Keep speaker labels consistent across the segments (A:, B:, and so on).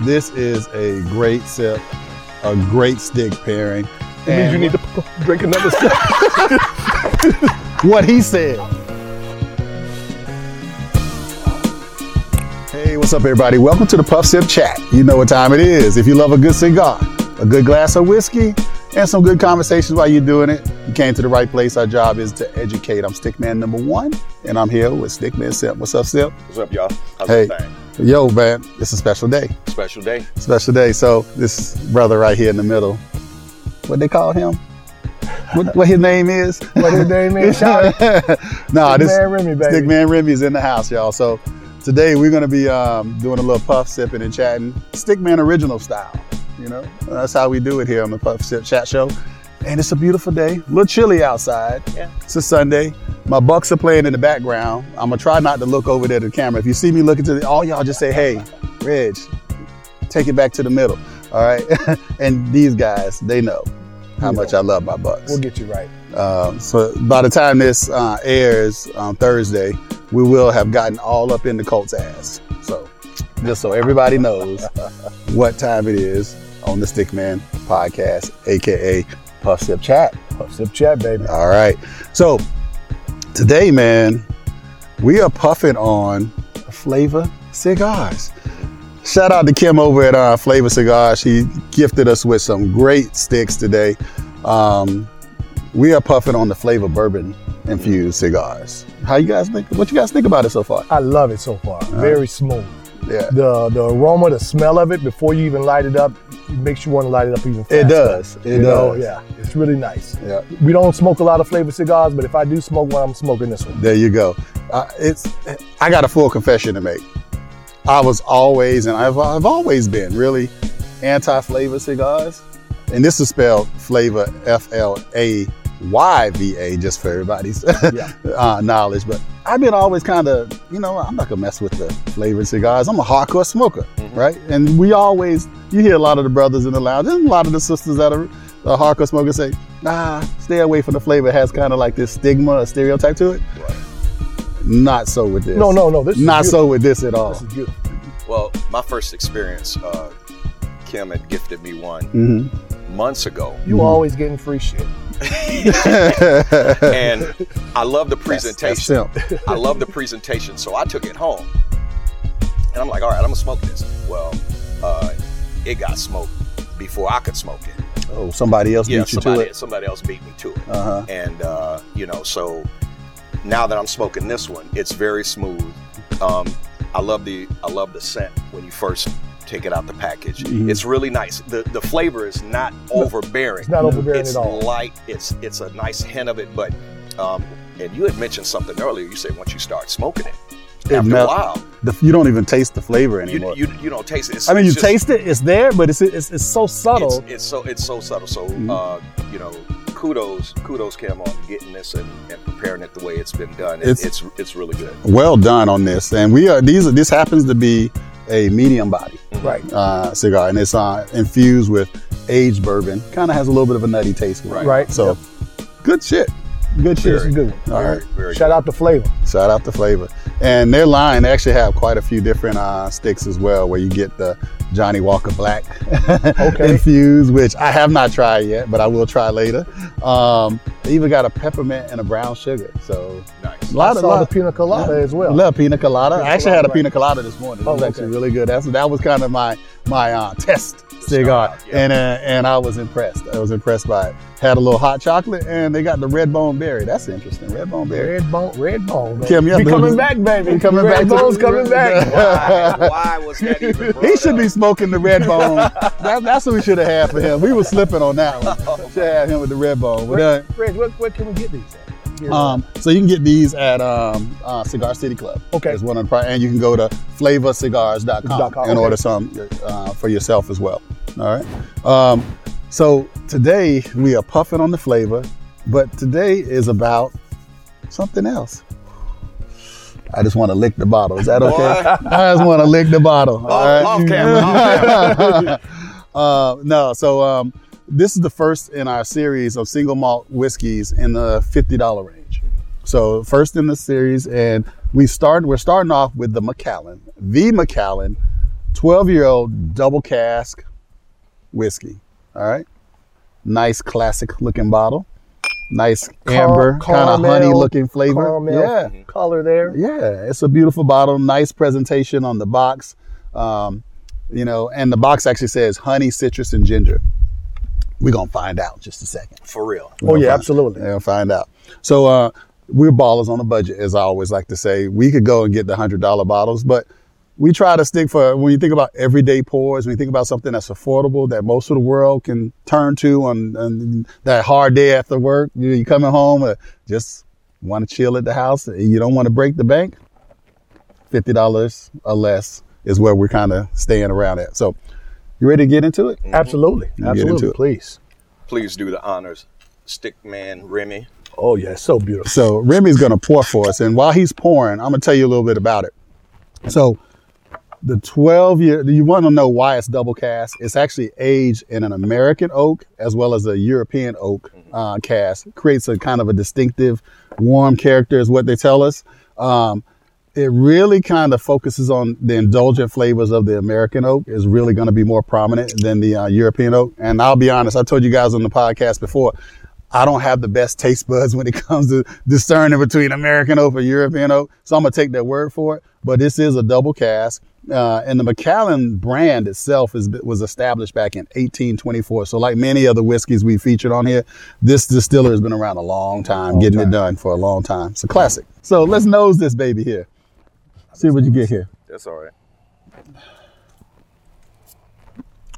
A: This is a great sip, a great stick pairing.
B: It means you need to p- drink another sip.
A: what he said. Hey, what's up, everybody? Welcome to the Puff Sip Chat. You know what time it is. If you love a good cigar, a good glass of whiskey, and some good conversations while you're doing it, you came to the right place. Our job is to educate. I'm Stickman number one, and I'm here with Stickman Sip. What's up, Sip?
C: What's up, y'all? How's
A: Hey.
C: everything?
A: Yo, man, it's a special day.
C: Special day.
A: Special day. So this brother right here in the middle, what they call him? What, what his name is?
B: What his name is? Shout it.
A: nah,
B: Stick
A: this
B: Man Remy, baby.
A: Stickman Remy's in the house, y'all. So today we're gonna be um, doing a little puff sipping and chatting, Stickman original style. You know, that's how we do it here on the Puff Sip Chat Show. And it's a beautiful day, a little chilly outside.
C: Yeah.
A: It's a Sunday. My Bucks are playing in the background. I'm gonna try not to look over there to the camera. If you see me looking to the, all y'all just say, "Hey, Reg, take it back to the middle." All right. and these guys, they know how
B: We
A: much
B: know.
A: I love my Bucks.
B: We'll get you right.
A: Uh, so by the time this uh, airs on Thursday, we will have gotten all up in the Colts' ass. So just so everybody knows what time it is on the Stickman Podcast, aka Puff Sip Chat.
B: Puff sip chat, baby.
A: All right. So today, man, we are puffing on Flavor Cigars. Shout out to Kim over at uh, Flavor Cigars. She gifted us with some great sticks today. Um, we are puffing on the Flavor Bourbon infused cigars. How you guys think? What you guys think about it so far?
B: I love it so far. Very smooth.
A: Yeah,
B: The the aroma, the smell of it before you even light it up, it makes you want to light it up even faster.
A: it does. It does.
B: You know, yeah, it's really nice.
A: Yeah.
B: We don't smoke a lot of flavored cigars, but if I do smoke one, I'm smoking this one.
A: There you go. Uh, it's I got a full confession to make. I was always, and I've, I've always been really anti-flavor cigars, and this is spelled flavor F L A Y V A, just for everybody's
B: Yeah.
A: uh, knowledge. But I've been always kind of, you know, I'm not gonna mess with the flavored cigars. I'm a hardcore smoker,
B: Mm-hmm.
C: Mhm.
A: right? And we always, you hear a lot of the brothers in the lounge, and a lot of the sisters that are uh, hardcore smokers say, nah, stay away from the flavor. It has kind of like this stigma or stereotype to it. Not so with this.
B: No, no, no. This is
A: Not
B: beautiful.
A: so with this at all.
B: This is beautiful.
C: Well, my first experience, uh, Kim had gifted me one
A: hmm
C: months ago,
B: You
A: Mhm.
B: always getting free shit.
C: and I love the presentation. I love the presentation, so I took it home, and I'm like, all right, I'm gonna smoke this. Well, uh, it got smoked before I could smoke it.
A: oh, somebody else
C: yeah,
A: beat you
C: somebody
A: to it.
C: somebody else beat me to it,
A: Uh-huh.
C: and uh, you know, so now that I'm smoking this one, it's very smooth. Um, I love the I love the scent when you first take it out the package.
A: Mhm.
C: It's really nice. the The flavor is not overbearing.
B: It's not overbearing
C: It's
B: at all.
C: light. It's it's a nice hint of it, but um, and you had mentioned something earlier. You said once you start smoking it,
A: It
C: after
A: mel-
C: a while,
A: The, you don't even taste the flavor
C: you,
A: anymore.
C: you you don't taste it. It's,
A: I mean, you
C: it's just-
A: taste it; it's there, but it's it's, it's so subtle.
C: It's, it's so it's so subtle. So
A: Mhm.
C: uh, you know, kudos kudos Cam on getting this and, and preparing it the way it's been done.
A: It's-
C: It's it's, it's really good.
A: well done on this, and we are these. are- This happens to be a medium body
B: Right.
A: uh, cigar, and it's uh, infused with aged bourbon. Kind of has a little bit of a nutty taste, with it.
C: Right.
B: Right.
A: So, good shit. Good shit.
B: This is a good one.
A: All right.
C: very, very
B: Shout out the flavor.
A: Shout out to Flavor. And their line, they actually have quite a few different uh, sticks as well, where you get the Johnny Walker Black
B: Okay.
A: infused, which I have not tried yet, but I will try later. Um, they even got a peppermint and a brown sugar. So
C: nice.
A: a lot
B: I
A: of
B: saw
A: lot
B: the pina colada as well.
A: Love pina colada.
B: Pina
A: I actually had a
B: colada,
A: pina colada this morning. It
B: Oh,
A: was actually
B: okay.
A: really good. That's that was kind of my my uh, test cigar,
C: out, yeah.
A: and uh, and I was impressed. I was impressed by it. Had a little hot chocolate, and they got the red bone berry. That's interesting. Red bone berry.
B: Red bone, red bone.
A: Kim,
B: baby.
A: yeah,
B: we
A: dude.
B: coming back, baby.
A: We coming
B: red
A: back to-
B: Bone's coming back.
C: Why, why was that even?
A: He
C: brought
A: should
C: up?
A: be smoking the red bone. that, that's what we should have had for him. We were slipping on that
B: Oh.
A: one. Should have had him with the red bone. But, uh,
B: Reg, where, where can we get these at? Here.
A: um, so you can get these at um, uh, Cigar City Club.
B: Okay.
A: Is one of the, pri- and you can go to flavorcigars.com
B: Dot
A: and
B: com, okay.
A: order some uh, for yourself as well. All right. Um, so today we are puffing on the flavor, but today is about something else. I just want to lick the bottle. Is that okay?
C: Boy. Oh,
A: I just want to lick the bottle. all right?
C: off camera, off
A: Uh, no, so um, this is the first in our series of single malt whiskeys in the fifty dollar range. So first in the series, and we start. We're starting off with the Macallan, the Macallan, 12 year old double cask whiskey. All right. Nice classic looking bottle. Nice amber, kind of honey looking flavor.
B: Caramel
A: yeah.
B: color there.
A: Yeah. It's a beautiful bottle. Nice presentation on the box. Um, you know, and the box actually says honey, citrus, and ginger. We're going to find out in just a second.
C: for real.
A: We're
B: Oh,
A: gonna
B: yeah,
A: find-
B: absolutely.
A: We're gonna find out. So uh, we're ballers on a budget, as I always like to say. We could go and get the hundred dollar bottles, but we try to stick for when you think about everyday pours. When you think about something that's affordable that most of the world can turn to on, on that hard day after work. You, you coming home, uh, just want to chill at the house. You don't want to break the bank. Fifty dollars or less is where we're kind of staying around at. So you ready to get into it?
B: Absolutely.
A: into
B: Absolutely.
A: it.
B: Please.
C: Please do the honors. Stickman Remy.
B: Oh, yeah. It's so beautiful.
A: So Remy's going to pour for us, and while he's pouring, I'm going to tell you a little bit about it. So the 12 year, you want to know why it's double cast? It's actually aged in an American oak as well as a European oak uh, cast. Creates a kind of a distinctive, warm character, is what they tell us. Um, it really kind of focuses on the indulgent flavors of the American oak is really going to be more prominent than the uh, European oak. And I'll be honest, I told you guys on the podcast before, I don't have the best taste buds when it comes to discerning between American oak or European oak. So I'm going to take their word for it. But this is a double cask. Uh, and the McAllen brand itself is, was established back in 1824. So like many other whiskeys we featured on here, this distiller has been around a long time, getting it done for a long time. It's a classic. So let's nose this baby here. See what you get here.
C: That's all right.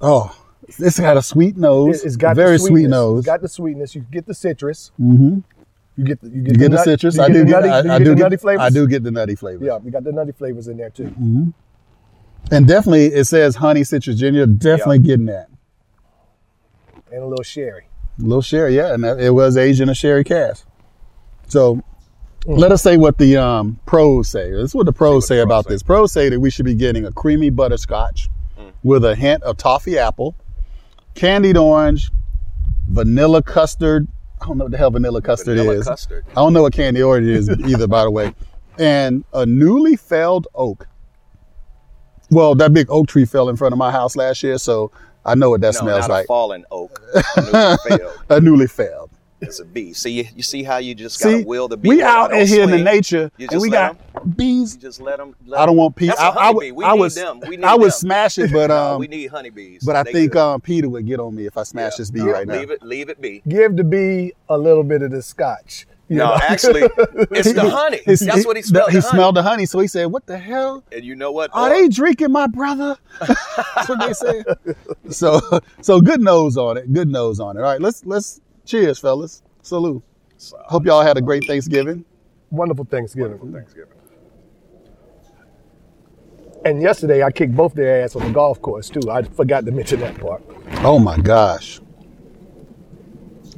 A: Oh, it's got a sweet nose.
B: It- It's got
A: very
B: the
A: sweet
B: sweetness.
A: nose.
B: It's got the sweetness. You get the citrus.
A: Mhm.
B: You get the, you get,
A: You get the
B: nut-
A: citrus.
B: You
A: I
B: get
A: do
B: the
A: get.
B: nutty,
A: I,
B: you
A: I
B: get
A: do
B: the
A: get.
B: nutty flavors.
A: I do Mm-hmm. get the nutty flavors.
B: Yeah, we got the nutty flavors in there too.
A: And definitely, it says honey citrus ginger. Definitely getting that.
B: And a little sherry.
A: little sherry, yeah, and that- it was aged in a sherry cask. So,
B: Mm.
A: let us say what the um, pros say. This is what the pros say about this. Pros say that we should be getting a creamy butterscotch with a hint of toffee apple, candied orange, vanilla custard. I don't know what the hell vanilla custard
C: Vanilla
A: is.
C: custard.
A: I don't know what candy orange is either, by the way. And a newly felled oak. Well, that big oak tree fell in front of my house last year, so I know what that
C: No,
A: smells
C: not
A: like.
C: a fallen oak. A newly failed.
A: a newly felled.
C: It's a bee. See, you, you see how you just gotta
A: See,
C: will the bee.
A: we
C: Well,
A: out
C: don't
A: in here in the
C: swing.
A: nature,
C: You
A: and
C: just
A: we
C: let
A: got bees.
C: You just let them.
A: I don't want peas.
C: That's a
A: I, I, would-
C: honeybee. We
A: I
C: need
A: was,
C: them. We need
A: I would
C: them.
A: smash it, but
C: No,
A: um,
C: we need honeybees.
A: but I
C: They
A: think
C: good.
A: um, Peter would get on me if I smash this bee
C: No,
A: right now.
C: Leave it. Leave it be.
B: Give the bee a little bit of the scotch. you
C: No,
B: know?
C: actually, it's the honey.
A: His-
C: That's what he smelled.
A: He
C: the honey.
A: smelled Oh, the honey, so he said, "What the hell?
C: And you know what?
A: Are
C: Or-
A: they drinking my brother?" That's what they said. so, so good nose on it. Good nose on it. All right, let's let's cheers, fellas. Salute.
C: So,
A: Hope y'all had a great Thanksgiving.
B: Wonderful Thanksgiving.
C: Thanksgiving.
B: And yesterday I kicked both their ass on the golf course too. I forgot to mention that part.
A: Oh my gosh.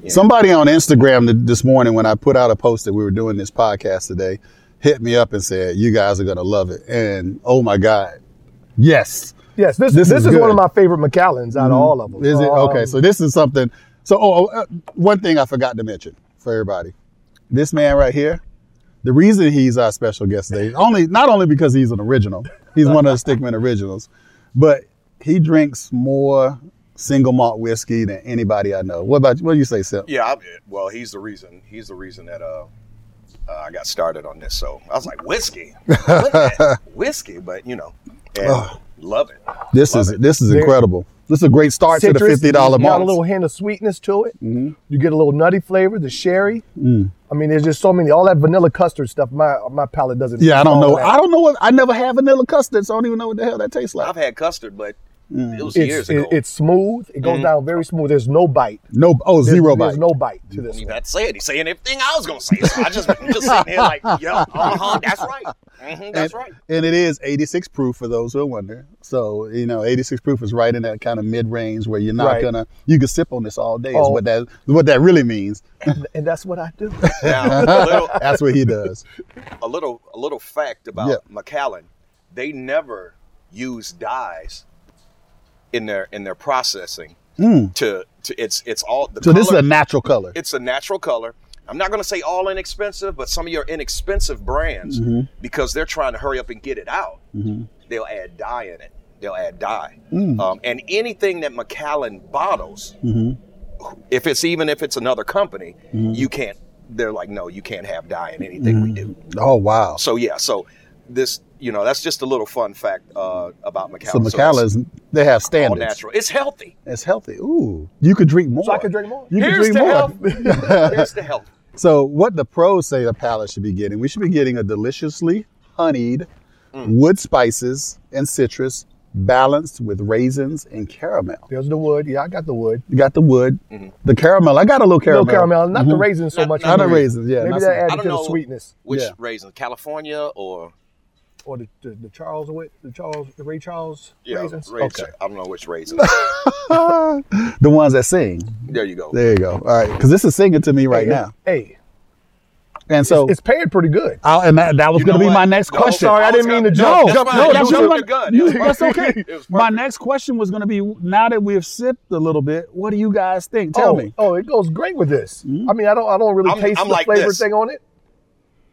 C: Yeah.
A: Somebody on Instagram th- this morning, when I put out a post that we were doing this podcast today, hit me up and said, You guys are going to love it. And oh my God. Yes.
B: Yes, this
A: This
B: this,
A: is
B: is, one
A: good. Mm-hmm.
B: of my favorite McAllens out of all of them.
A: Is it? Okay.
B: Um,
A: So this is something. So, oh, oh, uh, one thing I forgot to mention for everybody this man right here, the reason he's our special guest today, only not only because he's an original, he's one of the Stickman originals, but he drinks more single malt whiskey than anybody I know. What about you? What do you say, Sim?
C: Yeah. I, well, he's the reason. He's the reason that uh, uh, I got started on this. So I was like, whiskey, What the- whiskey, but you know, and love it.
A: This
C: Love
A: is
C: it.
A: this is incredible. This is a great start to the
B: citrus,
A: fifty dollar Mm-hmm.
B: Got a little
A: malt.
B: hint of sweetness to it. You get a little nutty flavor, the sherry.
A: Mm.
B: I mean, there's just so many. All that vanilla custard stuff. My my palate doesn't.
A: Yeah, I don't
B: all
A: know.
B: that.
A: I don't know what. I never had vanilla custard, so I don't even know what the hell that tastes like.
C: I've had custard, but it was
B: it's,
C: years
B: it-
C: ago. Mm-hmm.
B: it's smooth. It goes down very smooth. There's no bite.
A: No, oh,
B: There's,
A: zero
B: There's
A: bite.
B: no bite to this.
C: you
B: one.
C: had to say it. He's saying everything I was gonna say. So I just I'm just sitting here like, yeah, uh huh, that's right, hmm
A: and,
C: that's right.
A: And it is 86 proof for those who wonder. So, you know, 86 proof is right in that kind of mid range where you're not
B: Right.
A: gonna, you can sip on this all day, is
B: Oh.
A: what that, what that really means.
B: And, and that's what I do.
C: Now, a little,
A: That's what he does.
C: a little, a little fact about
A: Yeah.
C: McAllen. They never use dyes in their in their processing. To, to it's it's all the
A: Hmm. So,
C: color,
A: this is a natural color.
C: it's a natural color. I'm not going to say all inexpensive, but some of your
A: Mm-hmm.
C: inexpensive brands, because they're trying to hurry up and get it out, they'll add dye in it. they'll add dye.
A: Mm.
C: Um, and anything that McAllen bottles,
A: Mm-hmm.
C: if it's even if it's another company, you can't. They're like, no, you can't have dye in anything we do.
A: Oh wow.
C: So yeah, so this, you know, that's just a little fun fact uh, about McAllen.
A: So
C: it's
A: McAllen's they have
C: all
A: standards.
C: natural. It's healthy.
A: It's healthy. Ooh, you could drink more.
B: So I could drink more.
A: You could
C: Here's
A: drink
C: the
A: more.
C: health. Here's the health.
A: So, what the pros say the palate should be getting? We should be getting a deliciously honeyed,
C: Mm.
A: wood spices and citrus, balanced with raisins and caramel.
B: There's the wood. Yeah, I got the wood.
A: You got the wood,
C: Mm-hmm.
A: the caramel. I got a little caramel. Mm-hmm.
B: No caramel, not the raisins so
C: Not-
B: much.
A: Not the
B: anyway.
A: raisins, yeah.
B: Maybe
A: not
B: that
A: some-
C: I
B: added
C: don't
B: to the
C: know
B: sweetness
C: Which
A: Yeah.
C: raisin? California or
B: or the, the, the Charles with the Charles the Ray Charles
C: yeah,
B: raisins.
C: raisin.
B: Okay.
C: I don't know which raisin.
A: the ones that sing.
C: there you go.
A: There you go. All right, because this is singing to me right
B: Hey,
A: now.
B: Hey,
A: And so,
B: it's paid pretty good.
A: I'll, and that, that was
C: You
A: going
C: know
A: to be
C: what?
A: my next
C: No,
A: question.
B: sorry, I didn't
C: was
B: mean
C: gonna-
B: to
A: No, no,
B: jump.
C: that's fine.
A: no,
C: You
A: that's
C: jumped
A: what
C: the gun.
A: I'm. you- That's
C: That's fine.
A: okay.
C: It was
A: My
C: perfect.
A: next question was going to be: Now that we've sipped a little bit, what do you guys think? Tell
B: oh,
A: me. Mm-hmm.
B: oh, it goes great with this. I mean, I don't, I don't really
C: I'm-
B: taste
C: I'm
B: the
C: like
B: flavor
C: this.
B: thing on it.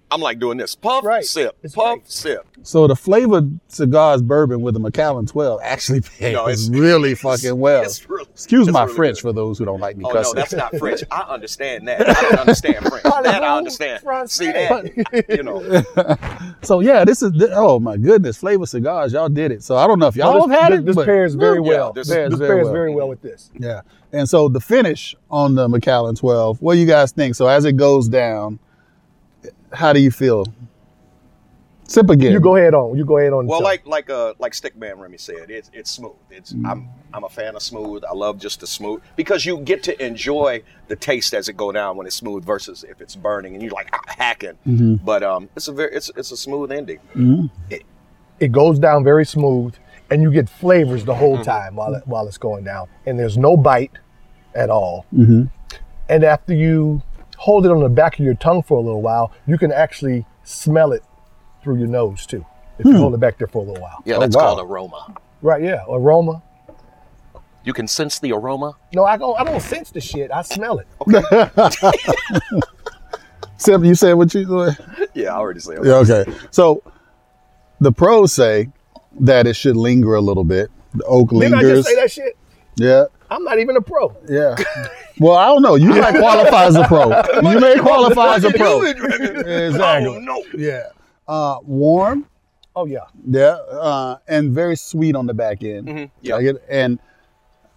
C: I'm like doing this. Puff,
B: Right.
C: sip.
B: It's
C: puff,
B: great.
C: sip.
A: So the flavored cigars bourbon with the Macallan 12 actually pairs
C: No, it's-
A: really fucking well.
C: it's really-
A: Excuse
C: it's
A: my
C: really
A: French
C: good.
A: for those who don't like me
C: Oh no,
A: cussing.
C: that's not French. I understand that. I don't understand French. that I understand.
B: Français.
C: See that? You know,
A: so yeah, this is th- oh my goodness, flavored cigars, y'all did it. So I don't know if y'all
B: this,
A: have had
B: this-
A: it.
B: This
A: but-
B: pairs very
C: yeah,
B: well.
C: this-
B: This,
A: pairs very
B: pairs
A: well.
B: very well with this.
A: Yeah, and so the finish on the Macallan 12. What do you guys think? So as it goes down, how do you feel? Sip again.
B: You go ahead on. You go ahead on. and
C: well,
B: tell.
C: like like uh like Stickman Remy said, it's it's smooth. It's
A: Mm.
C: I'm I'm a fan of smooth. I love just the smooth because you get to enjoy the taste as it go down when it's smooth versus if it's burning and you're like ah, hacking.
A: Mm-hmm.
C: But um, it's a very it's it's a smooth ending.
B: it goes down very smooth, and you get flavors the whole time while it, while it's going down, and there's no bite at all. And after you hold it on the back of your tongue for a little while, you can actually smell it through your nose too. If you hold it back there for a little while,
C: Yeah,
A: Oh,
C: that's
A: wow.
C: called aroma.
B: right? Yeah, aroma.
C: You can sense the aroma.
B: No, I don't. I don't sense the shit. I smell it.
A: Sip. You said what you.
C: Yeah, I already said.
A: Yeah, okay. So the pros say that it should linger a little bit. The oak
B: Didn't I
A: lingers.
B: just say that shit?
A: Yeah.
B: I'm not even a pro.
A: Yeah. Well, I don't know. You might qualify as a pro. You may qualify as a pro. Exactly.
C: Oh no.
A: Yeah. Uh, warm.
B: Oh yeah,
A: Yeah. Uh, and very sweet on the back end.
C: Yeah.
A: I get- and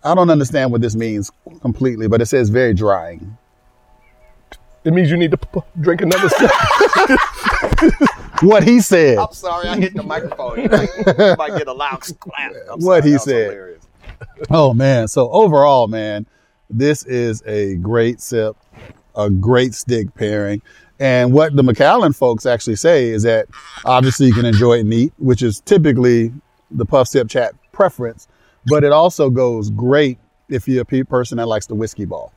A: I don't understand what this means completely, but it says very drying.
B: it means you need to p- p- drink another sip.
A: What he said.
C: I'm sorry, I hit the microphone. You might, you might get a loud clap. I'm
A: What
C: sorry,
A: he
C: that was
A: said.
C: hilarious.
A: Oh man. So overall, man, this is a great sip, a great stick pairing. And what the McAllen folks actually say is that obviously you can enjoy it neat, which is typically the puff sip chat preference, but it also goes great if you're a pe- person that likes the whiskey ball.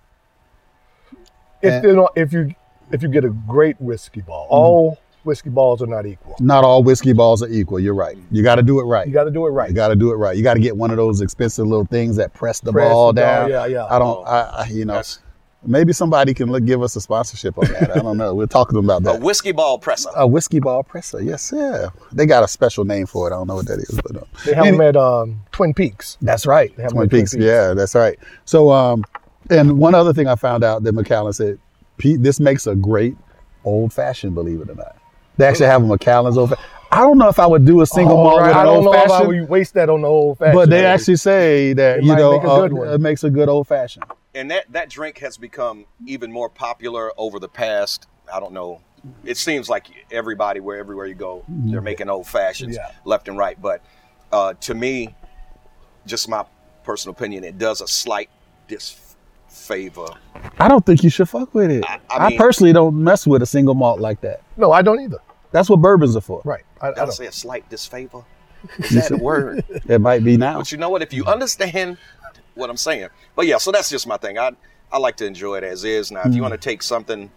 B: if, they're not, if you if you get a great whiskey ball, all whiskey balls are not equal.
A: Not all whiskey balls are equal. You're right. You got to do it right.
B: You got to do it right.
A: You got to do it right. You got to get one of those expensive little things that press the
B: Press
A: ball
B: the
A: down.
B: ball, yeah, yeah. Oh.
A: I don't. I, I you know,
C: That's-
A: maybe somebody can look, give us a sponsorship on that. I don't know. We're talking about
C: A
A: that.
C: whiskey ball presser.
A: A whiskey ball presser. Yes, yeah. They got a special name for it. I don't know what that is, but uh,
B: They have
A: Any-
B: them at um, Twin Peaks.
A: that's right.
B: They have
A: Twin
B: one at Twin
A: Peaks.
B: Peaks.
A: Yeah, that's right. So, um, and one other thing I found out that McAllen said, Pete, this makes a great old fashioned. Believe it or not, they actually have a McAllen's old. I don't know if I would do a single malt
B: Alright,
A: with
B: Oh, I
A: an
B: don't
A: old
B: know if I
A: fashioned.
B: would waste that on the old fashioned.
A: But they actually say that
B: It
A: you
B: might
A: know
B: make a
A: uh,
B: good one.
A: it makes a good old fashioned.
C: And that, that drink has become even more popular over the past, I don't know. It seems like everybody, where everywhere you go, they're making old fashions
B: Yeah.
C: left and right. But uh, to me, just my personal opinion, it does a slight disfavor.
A: I don't think you should fuck with it. I,
C: I- I mean-
A: personally don't mess with a single malt like that.
B: no, I don't either.
A: That's what bourbons are for.
B: Right, I, I
C: Did I
B: don't.
C: say a slight disfavor? Is that a word?
A: It might be now.
C: But you know what? If you understand what I'm saying, but yeah, so that's just my thing. I I like to enjoy it as is. Now, if you
A: Mm-hmm.
C: want to take something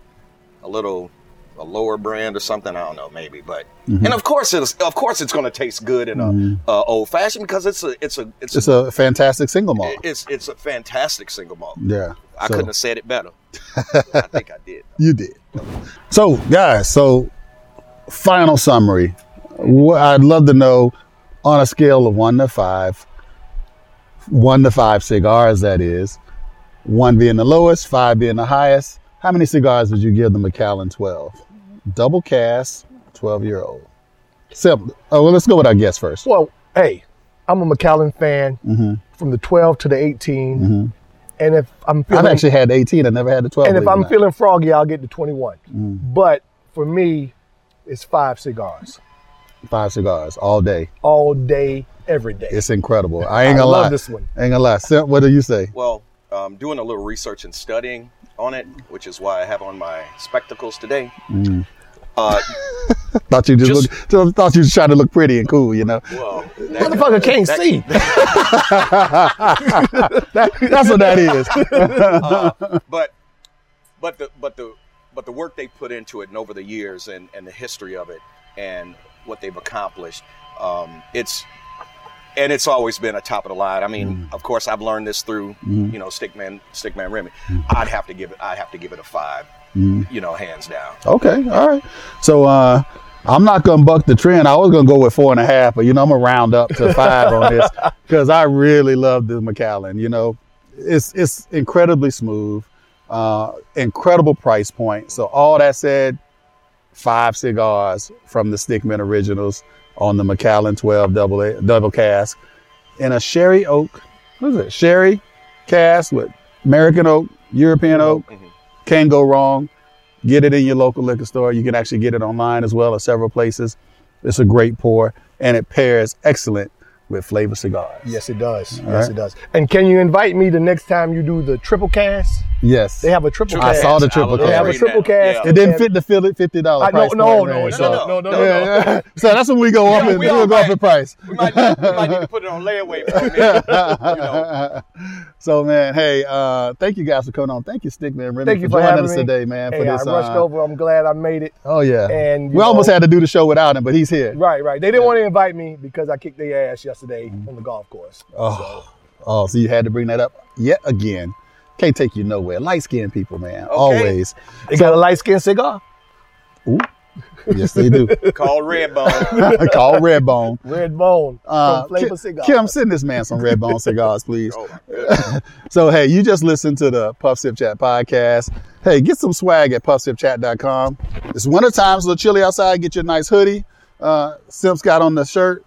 C: a little a lower brand or something, I don't know, maybe. But
A: Mm-hmm.
C: and of course it's of course it's going to taste good in a, a old fashioned because it's a it's a it's,
A: It's
C: a,
A: a fantastic single malt.
C: it's it's a fantastic single malt.
A: yeah.
C: I
A: so
C: couldn't have said it better. I think I did.
A: You did. So guys, so final summary. Wha- I'd love to know on a scale of one to five, one to five cigars, that is, one being the lowest, five being the highest, how many cigars would you give the Macallan 12? Double cast, 12 year old. Simple. Oh, well, let's go with our guess first.
B: Well, hey, I'm a McAllen fan
A: Mm-hmm.
B: from the 12 to the 18. And if I'm feeling,
A: I've actually had 18, I never had the 12.
B: and if
A: believe it or
B: I'm
A: not.
B: feeling froggy, I'll get to 21.
A: Mm.
B: But for me, it's five cigars
A: five cigars all day,
B: all day, every day.
A: it's incredible. I ain't
B: I
A: gonna
B: love
A: lie.
B: this one.
A: Ain't gonna lie. Sim, what do you say?
C: Well, um, doing a little research and studying on it, which is why I have on my spectacles today.
A: Mm.
C: Uh,
A: Thought you just,
C: Just-
A: look, just thought you was trying to look pretty and cool, you know.
C: well, that-
B: Motherfucker can't
C: that-
B: see.
A: That's what that is.
C: but but the but the but the work they put into it and over the years and and the history of it and what they've accomplished um it's and it's always been a top of the line. I mean, of course, I've learned this through you know Stickman Stickman Remy. I'd have to give it. I'd have to give it a 5 You know, hands down.
A: Okay, all right. So uh, I'm not gonna buck the trend. I was gonna go with four and a half, but you know I'm gonna round up to five on this because I really love this McAllen. You know, it's it's incredibly smooth, uh, incredible price point. So all that said, five cigars from the Stickman Originals on the McAllen 12 double A- double cask in a sherry oak. What is it? Sherry cask with American oak, European oak. Can't go wrong. Get it in your local liquor store. You can actually get it online as well at several places. It's a great pour and it pairs excellent with flavor cigars.
B: Yes, it does. yes,
A: right.
B: it does. And can you invite me the next time you do the triple cast?
A: Yes.
B: They have a triple
A: I
B: cast.
A: saw the triple
C: I was
A: cast.
B: They have a
C: reading
B: triple
C: that.
B: cast.
C: Yeah.
A: it didn't fit the fill- fifty dollar
B: I
A: price
B: know,
A: point.
B: no, no,
A: range,
B: it's
A: so-
B: not- no, no, no,
A: Yeah,
B: no.
A: yeah. So that's when we go up and
C: we
A: we'll
C: all
A: go up
C: right.
A: in price.
C: We might, need- we might need to put it on layaway for a minute. You know,
A: So man, hey, uh, thank you guys for coming on. Thank you, Stickman Remy,
B: Thank you for
A: joining
B: having
A: us
B: me.
A: today, man.
B: Hey,
A: for this,
B: I rushed
A: uh,
B: over. I'm glad I made it.
A: oh yeah,
B: and,
A: we
B: you
A: almost
B: know-
A: had to do the show without him, but he's here.
B: Right, right. They didn't want to invite me because I kicked their ass yesterday
A: Mm-hmm.
B: on the golf course.
A: Oh, oh, so you had to bring that up yet again. Can't take you nowhere. Light skinned people, man, always.
B: They got a light skinned cigar.
A: Yes, they do.
C: call Redbone.
A: Call Redbone.
B: Red Bone
A: Uh,
B: from Flavor
A: Ki-
B: Cigar.
A: Kim, send this man some Redbone cigars, please.
C: Oh my goodness.
A: So hey, you just listened to the Puff Sip Chat podcast. Hey, get some swag at puffsipchat.com. It's winter time, so it's chilly outside. Get your nice hoodie. Uh, Simp's got on the shirt.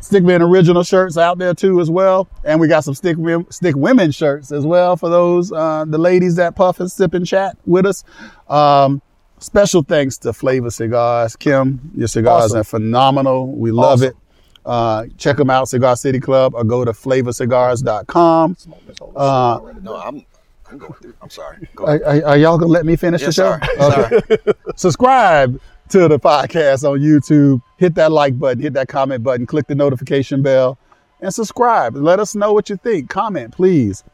A: Stickman original shirts out there too as well, and we got some stick Wom- stick women shirts as well for those uh, the ladies that puff and sip and chat with us. Um, special thanks to Flavor Cigars, Kim. Your cigars
B: Awesome.
A: are phenomenal. We love it. Uh, check them out, Cigar City Club, or go to flavorcigars.com. Uh,
C: No, I'm. I'm going through. I'm sorry. Go
A: are, are, are y'all gonna let me finish the
C: Yes,
A: show?
C: sir. Sorry.
A: Subscribe to the podcast on YouTube. Hit that like button. Hit that comment button. Click the notification bell, and subscribe. Let us know what you think. Comment, please.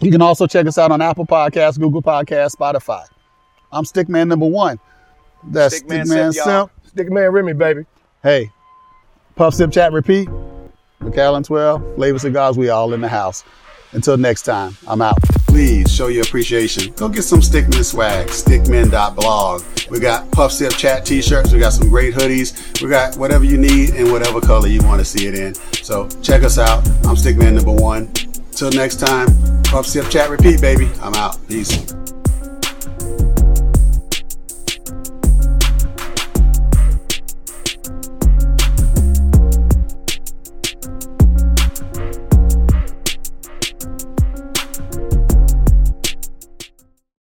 A: You can also check us out on Apple Podcasts, Google Podcasts, Spotify. I'm Stickman number one. That's
C: Stickman
A: Stickman,
C: Simp, y'all.
A: Simp.
B: Stick Man Remy, baby.
A: Hey, Puff Sip Chat Repeat. McAllen 12, Flavor Cigars, we all in the house. Until next time, I'm out. Please show your appreciation. Go get some Stickman swag, stickman.blog. We got Puff Sip Chat t shirts, we got some great hoodies, we got whatever you need in whatever color you want to see it in. So check us out. I'm Stickman number one. Till next time, Puff Sip Chat Repeat, baby. I'm out. Peace.